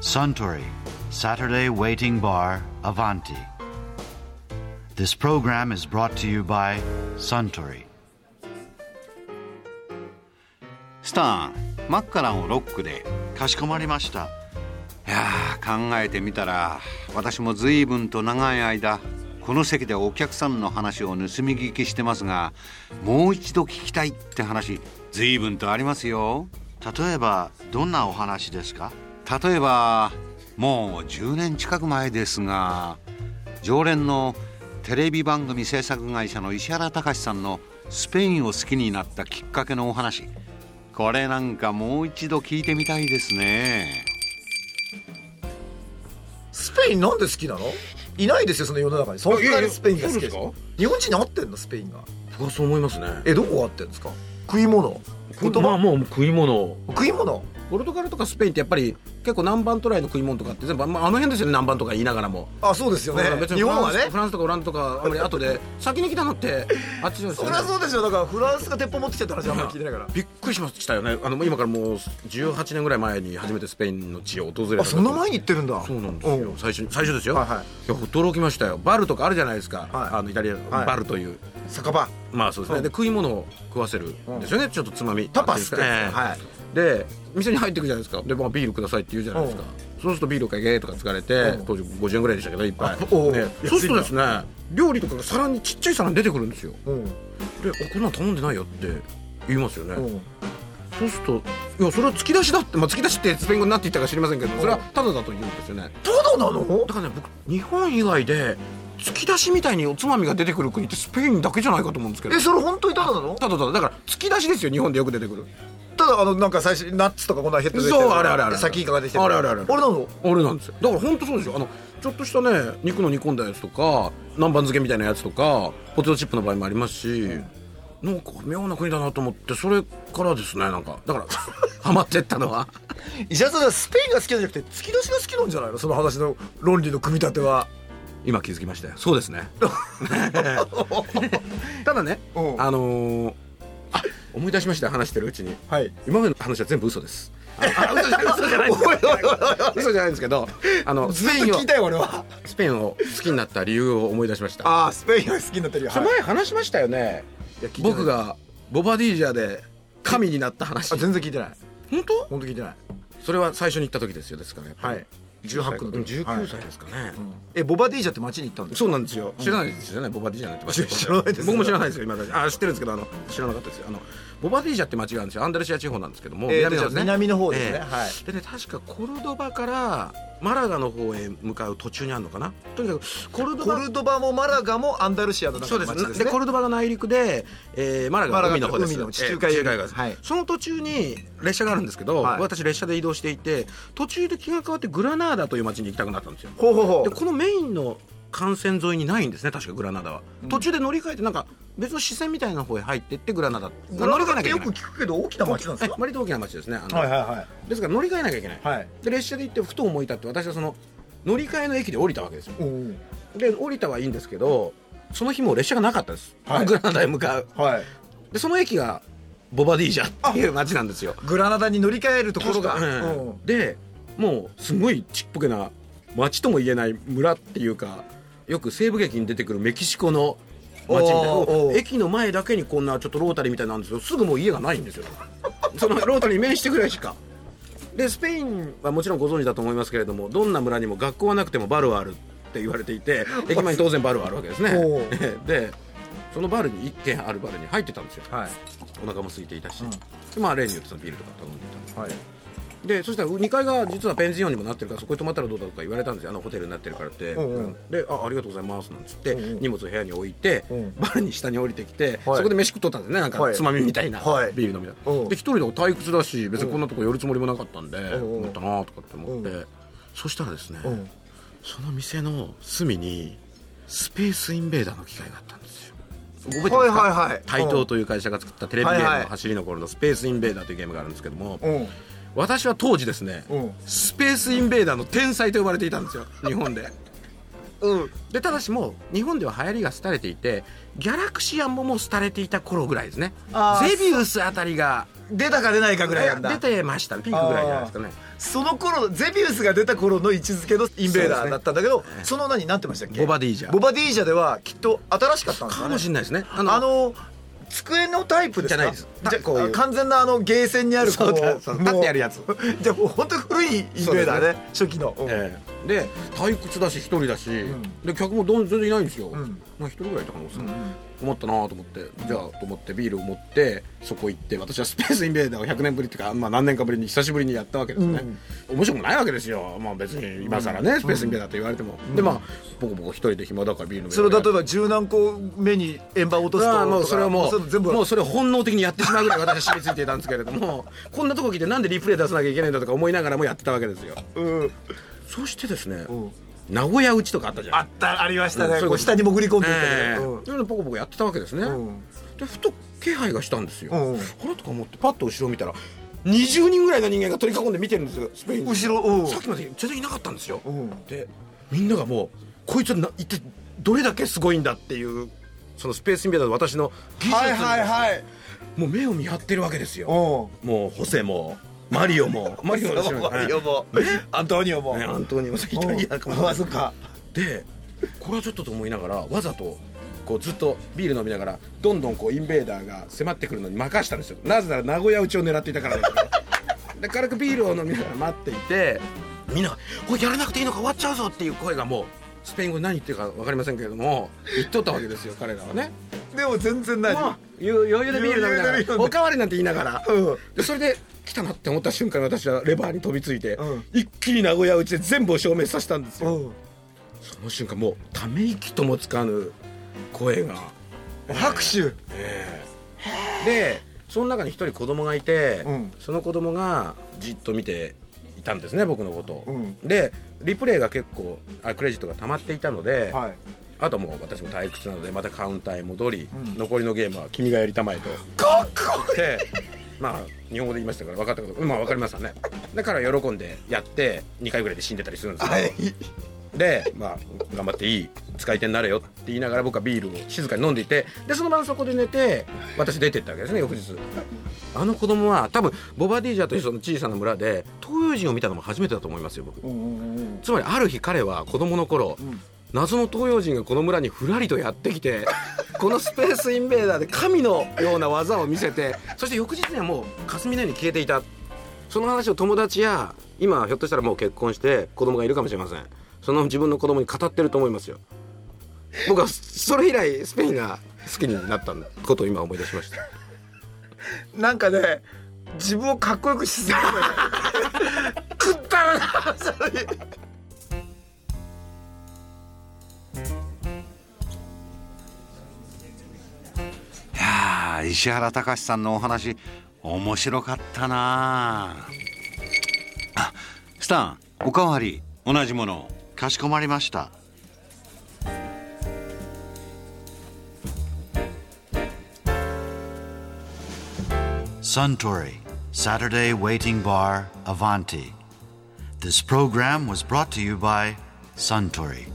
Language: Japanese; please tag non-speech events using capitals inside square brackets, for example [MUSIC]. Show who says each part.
Speaker 1: Suntory Saturday Waiting Bar Avanti. This program is brought to you by Suntory.
Speaker 2: スタンマッカランをロックで
Speaker 1: かしこまりました。
Speaker 2: いやー考えてみたら私も随分と長い間この席でお客さんの話を盗み聞きしてますがもう一度聞きたいって話随分とありますよ
Speaker 1: 例えばどんなお話ですか
Speaker 2: 例えばもう10年近く前ですが常連のテレビ番組制作会社の石原隆さんのスペインを好きになったきっかけのお話これなんかもう一度聞いてみたいですね
Speaker 3: スペインなんで好きなのいないですよその世の中にそんなにスペインが好きです
Speaker 4: いやいやそう
Speaker 3: 日本人に合ってんのスペインが
Speaker 4: 僕はそう思いますね
Speaker 3: えどこが合ってんですか食い物言葉、
Speaker 4: まあもう食い物
Speaker 3: 食い物
Speaker 4: ポルトガルとかスペインってやっぱり結構南蛮トライの食い物とかって全部、まあ、あの辺ですよね南蛮とか言いながらも、
Speaker 3: あそうですよね
Speaker 4: だから別に
Speaker 3: 日
Speaker 4: フ
Speaker 3: 本
Speaker 4: ラン
Speaker 3: は
Speaker 4: ス
Speaker 3: ね
Speaker 4: フランスとかオランダとかあんまり後で先に来たのってあっちです
Speaker 3: そ
Speaker 4: よ
Speaker 3: り
Speaker 4: ね
Speaker 3: ゃそうですよだからフランスが鉄砲持ってきてた話あんまり聞いてないから
Speaker 4: [LAUGHS] びっくりしましたよねあの今からもう18年ぐらい前に初めてスペインの地を訪れた時
Speaker 3: あそんな前に行ってるんだ
Speaker 4: そうなんですよ最初に最初ですよ、
Speaker 3: はい
Speaker 4: い
Speaker 3: はい
Speaker 4: や驚きましたよバルとかあるじゃないですか、
Speaker 3: はい
Speaker 4: あのイタリアの
Speaker 3: はい
Speaker 4: バルという、
Speaker 3: 酒場
Speaker 4: まあそうですね、
Speaker 3: うん
Speaker 4: で食い物を食わせるんですよね、ちょっとつまみ
Speaker 3: タパスって
Speaker 4: なん
Speaker 3: や
Speaker 4: て
Speaker 3: つ
Speaker 4: いう
Speaker 3: は
Speaker 4: んですかね
Speaker 3: い
Speaker 4: で店に入っていくじゃないですかで、まあ、ビールくださいって言うじゃないですか、そうするとビールかげーとか疲れて
Speaker 3: うん
Speaker 4: 当時50円ぐらいでしたけどいっぱい、
Speaker 3: あおう
Speaker 4: ね
Speaker 3: 安いな
Speaker 4: そうするとですね料理とかが皿にちっちゃい皿に出てくるんですよ
Speaker 3: うん
Speaker 4: であこんなの頼んでないよって言いますよね、
Speaker 3: うん
Speaker 4: そうするといやそれは突き出しだって、まあ、突き出しってスペイン語になっていったか知りませんけどそれはただだと言うんですよね
Speaker 3: ただなの
Speaker 4: だからね僕日本以外で突き出しみたいにおつまみが出てくる国ってスペインだけじゃないかと思うんですけど
Speaker 3: えそれ本当にただなの
Speaker 4: ただただだから突き出しですよ日本でよく出てくる
Speaker 3: ただあのなんか最初ナッツとかこんなヘッドで
Speaker 4: そうあれあれあれ
Speaker 3: 先いかができて
Speaker 4: あれあれあれ
Speaker 3: あれなの
Speaker 4: あれなんですよだから本当そうですよあのちょっとしたね肉の煮込んだやつとか南蛮漬けみたいなやつとかポテトチップの場合もありますし、なんか妙な国だなと思ってそれからですねなんかだから [LAUGHS] ハマってったの [LAUGHS] は
Speaker 3: 石原さんはスペインが好きじゃなくて突き出しが好きなんじゃないのその話の論理の組み立ては
Speaker 4: 今気づきましたよそう [LAUGHS] ですねただね
Speaker 3: うん
Speaker 4: あのーあ思い出しました話してるうちに
Speaker 3: はい
Speaker 4: 今までの話は全部嘘ですああ嘘じゃない嘘じゃないです [LAUGHS] 嘘じゃないんですけどあのス
Speaker 3: ずっ
Speaker 4: ペイン
Speaker 3: と
Speaker 4: を
Speaker 3: 聞いたよ俺は
Speaker 4: スペインを好きになった理由を思い出しました
Speaker 3: ああスペインが好きになってるよ、
Speaker 4: それ
Speaker 3: はい
Speaker 4: 前話しましたよね
Speaker 3: いや聞いてない
Speaker 4: 僕がボバディージャーで神になった話
Speaker 3: あ全然聞いてない
Speaker 4: 本当
Speaker 3: 本当聞いてない
Speaker 4: それは最初に行った時ですよですからね
Speaker 3: はい18の時
Speaker 4: 19歳ですかね、
Speaker 3: えボバディージャって街に行ったんです
Speaker 4: そうなんですよ知らないですよね、ボバディージャーなんて街
Speaker 3: 知らないです
Speaker 4: 僕も [LAUGHS] 知らないですよ今だあ知ってるんですけどあの知らなかったですよあのボバディージャーって街があるんですよアンダルシア地方なんですけども、
Speaker 3: えー
Speaker 4: なんです
Speaker 3: 南の方ですね
Speaker 4: ええ
Speaker 3: はい
Speaker 4: でね確かコルドバからマラガの方へ向かう途中にあるのかなとにかくコルド
Speaker 3: コ
Speaker 4: バ
Speaker 3: ルドバもマラガもアンダルシアの
Speaker 4: そ
Speaker 3: 中
Speaker 4: う
Speaker 3: の街
Speaker 4: です
Speaker 3: ですね
Speaker 4: でコルドバが内陸で、えーマラ
Speaker 3: マ
Speaker 4: が
Speaker 3: ラガ
Speaker 4: 海の方です
Speaker 3: 海の地中海
Speaker 4: えー側です
Speaker 3: はい
Speaker 4: その途中に列車があるんですけど、
Speaker 3: はい
Speaker 4: 私列車で移動していて途中で気が変わってグラナーダという町に行きたくなったんですよ
Speaker 3: ほうほうほ
Speaker 4: で
Speaker 3: う
Speaker 4: このメインの幹線沿いにないんですね確かグラナダは、途中で乗り換えてなんか別の視線みたいな方へ入ってってグラナダ乗り換えなきゃいけない
Speaker 3: よく聞くけど大きな街なんです
Speaker 4: え
Speaker 3: か
Speaker 4: 割と大きな町ですねあの
Speaker 3: はいは
Speaker 4: ですから乗り換えなきゃいけない、
Speaker 3: いはいはい
Speaker 4: で列車で行ってふと思い立って私はその乗り換えの駅で降りたわけですよ
Speaker 3: うん
Speaker 4: で降りたはいいんですけどその日もう列車がなかったです、
Speaker 3: はい
Speaker 4: グラナダへ向かう
Speaker 3: はい
Speaker 4: でその駅がボバディージャっていう街なんですよ
Speaker 3: グラナダに乗り換えるところが
Speaker 4: うん
Speaker 3: うん
Speaker 4: でもうすごいちっぽけな街とも言えない村っていうかよく西部劇に出てくるメキシコの街みたいな
Speaker 3: おーおー
Speaker 4: 駅の前だけにこんなちょっとロータリーみたいなんですよすぐもう家がないんですよ [LAUGHS] そのロータリーに面してぐらいしかでスペインはもちろんご存知だと思いますけれどもどんな村にも学校はなくてもバルはあるって言われていて
Speaker 3: [LAUGHS]
Speaker 4: 駅前に当然バルはあるわけですね
Speaker 3: お
Speaker 4: [LAUGHS] でそのバルに1軒あるバルに入ってたんですよ
Speaker 3: はい
Speaker 4: お腹も空いていたし、
Speaker 3: うん
Speaker 4: でまあ例によってそのビールとか頼んでいたんで
Speaker 3: はい
Speaker 4: でそしたら2階が実はペンジオンにもなってるからそこに泊まったらどうだとか言われたんですよあのホテルになってるからって、
Speaker 3: うんうん
Speaker 4: であ「ありがとうございます」なんつって、
Speaker 3: うんうん
Speaker 4: 荷物を部屋に置いて、
Speaker 3: うん
Speaker 4: バルに下に降りてきて、
Speaker 3: はい
Speaker 4: そこで飯食っとったんですねなん
Speaker 3: は
Speaker 4: か
Speaker 3: い
Speaker 4: つまみみたいな、
Speaker 3: はい
Speaker 4: ビール飲みながら、
Speaker 3: うん
Speaker 4: で一人で退屈だし別にこんなとこ寄るつもりもなかったんで、
Speaker 3: んうん
Speaker 4: 思ったなとかって思って、
Speaker 3: う
Speaker 4: そしたらですね、
Speaker 3: うん
Speaker 4: その店の隅にスペースインベーダーの機械があったんですよ覚えてますか、
Speaker 3: はいはいはい
Speaker 4: タイトーという会社が作ったテレビゲ
Speaker 3: はい
Speaker 4: ーム
Speaker 3: はい
Speaker 4: の走りの頃の「スペースインベーダー」というゲームがあるんですけども、
Speaker 3: うん
Speaker 4: 私は当時ですね、
Speaker 3: うん
Speaker 4: スペースインベーダーの天才と呼ばれていたんですよ日本で
Speaker 3: うん
Speaker 4: でただしもう日本では流行りが廃れていてギャラクシアンももう廃れていた頃ぐらいですね
Speaker 3: あー
Speaker 4: ゼビウスあたりが
Speaker 3: 出たか出ないかぐらいなんだ
Speaker 4: 出てましたねピークぐらいじゃないですかね
Speaker 3: その頃ゼビウスが出た頃の位置づけのインベーダーだったんだけどそ,、の何なんてましたっけ
Speaker 4: ボバディージャ
Speaker 3: ボバディージャではきっと新しかったんです
Speaker 4: か
Speaker 3: か
Speaker 4: も
Speaker 3: ね
Speaker 4: しれないですね
Speaker 3: あの机のタイプですか
Speaker 4: じゃないです
Speaker 3: た
Speaker 4: じゃこういう
Speaker 3: 完全なあのゲーセンにあるこ
Speaker 4: そうだそう
Speaker 3: もう
Speaker 4: 立ってやるやつ
Speaker 3: じゃあもう本当に古いインベーダーね初期の、うん
Speaker 4: ええで退屈だし一人だし、
Speaker 3: ん
Speaker 4: で客もどん全然いないんですよ、
Speaker 3: ん
Speaker 4: まあ一人ぐらいいたかな、
Speaker 3: ん
Speaker 4: 困ったなと思ってじゃあと思ってビールを持ってそこ行って私はスペースインベーダーを100年ぶりっていうか、まあ、何年かぶりに久しぶりにやったわけですね、面白くもないわけですよまあ別に今更ね、スペースインベーダーと言われても、でまあボコボコ一人で暇だからビールの
Speaker 3: それを例えば十何個目に円盤落とすと
Speaker 4: ああもうそれはも
Speaker 3: と
Speaker 4: う
Speaker 3: か全部
Speaker 4: もうそれを本能的にやってしまうぐらい私は染みついていたんですけれ
Speaker 3: [LAUGHS]
Speaker 4: どもこんなとこ来てなんでリプレイ出さなきゃいけないんだとか思いながらもやってたわけですよ
Speaker 3: うん
Speaker 4: そしてですね名古屋打ちとかあったじゃん
Speaker 3: あったありましたね、
Speaker 4: うんそういうこと
Speaker 3: こう下に潜り込んでいった
Speaker 4: え
Speaker 3: ね
Speaker 4: え
Speaker 3: うん
Speaker 4: それでポコポコやってたわけですね、
Speaker 3: うん
Speaker 4: でふと気配がしたんですよ、
Speaker 3: うんうん
Speaker 4: あれとか思ってパッと後ろ見たら20人ぐらいの人間が取り囲んで見てるんですよスペイン人
Speaker 3: 後ろうん
Speaker 4: さっきまで全然いなかったんですよ、
Speaker 3: ん
Speaker 4: でみんながもうこいつはな一体どれだけすごいんだっていうそのスペースインベーダーの私の技術
Speaker 3: はいはいはい
Speaker 4: もう目を見張ってるわけですよ
Speaker 3: お
Speaker 4: もうホセもマリオもマリオの後ろに
Speaker 3: マリオもアントニオも、
Speaker 4: ねアントニオもイタ
Speaker 3: うん
Speaker 4: リアかも
Speaker 3: あそっか
Speaker 4: でこれはちょっとと思いながらわざとこうずっとビール飲みながらどんどんこうインベーダーが迫ってくるのに任したんですよなぜなら名古屋打ちを狙っていたからだけどで軽くビールを飲みながら待っていてみんな「これやらなくていいのか終わっちゃうぞ」っていう声がもうスペイン語で何言ってるか分かりませんけれども言っとったわけですよ彼らはね。
Speaker 3: でも全然ない、
Speaker 4: もうゆ余裕でビール飲みな
Speaker 3: 余裕でビール
Speaker 4: が
Speaker 3: 飲ん
Speaker 4: ら
Speaker 3: で
Speaker 4: おかわりなんて言いながら、
Speaker 3: うん
Speaker 4: でそれで来たなって思った瞬間に私はレバーに飛びついて、
Speaker 3: うん
Speaker 4: 一気に名古屋打ちで全部を消滅させたんですよ、
Speaker 3: うん
Speaker 4: その瞬間もうため息ともつかぬ声が
Speaker 3: 拍手
Speaker 4: でその中に一人子供がいて、
Speaker 3: うん
Speaker 4: その子供がじっと見ていたんですね僕のことを、
Speaker 3: うん
Speaker 4: でリプレイが結構あクレジットが溜まっていたので、
Speaker 3: はい
Speaker 4: あともう私も退屈なのでまたカウンターへ戻り、
Speaker 3: うん
Speaker 4: 残りのゲームは「君がやりたまえ」と。
Speaker 3: かっこいい
Speaker 4: でまあ日本語で言いましたから分かったことまあ分かりますよねだから喜んでやって2回ぐらいで死んでたりするんですよ、
Speaker 3: はい
Speaker 4: でまあ頑張っていい使い手になれよって言いながら僕はビールを静かに飲んでいてでその晩そこで寝て私出てったわけですね翌日あの子供は多分ボバディージャーというその小さな村で東洋人を見たのも初めてだと思いますよ僕つまりある日彼は子供の頃、謎の東洋人がこの村にふらりとやってきてこのスペースインベーダーで神のような技を見せてそして翌日にはもう霞のように消えていたその話を友達や今ひょっとしたらもう結婚して子供がいるかもしれませんその自分の子供に語ってると思いますよ僕はそれ以来スペインが好きになったことを今思い出しました
Speaker 3: なんかね自分をかっこよくしす
Speaker 4: [LAUGHS]
Speaker 3: ぎてくったらなそれ
Speaker 2: いやー石原隆さんのお話面白かったなああスタンおかわり同じものを
Speaker 1: かしこまりました「Suntory Saturday Waiting Bar Avanti」This program was brought to you by Suntory.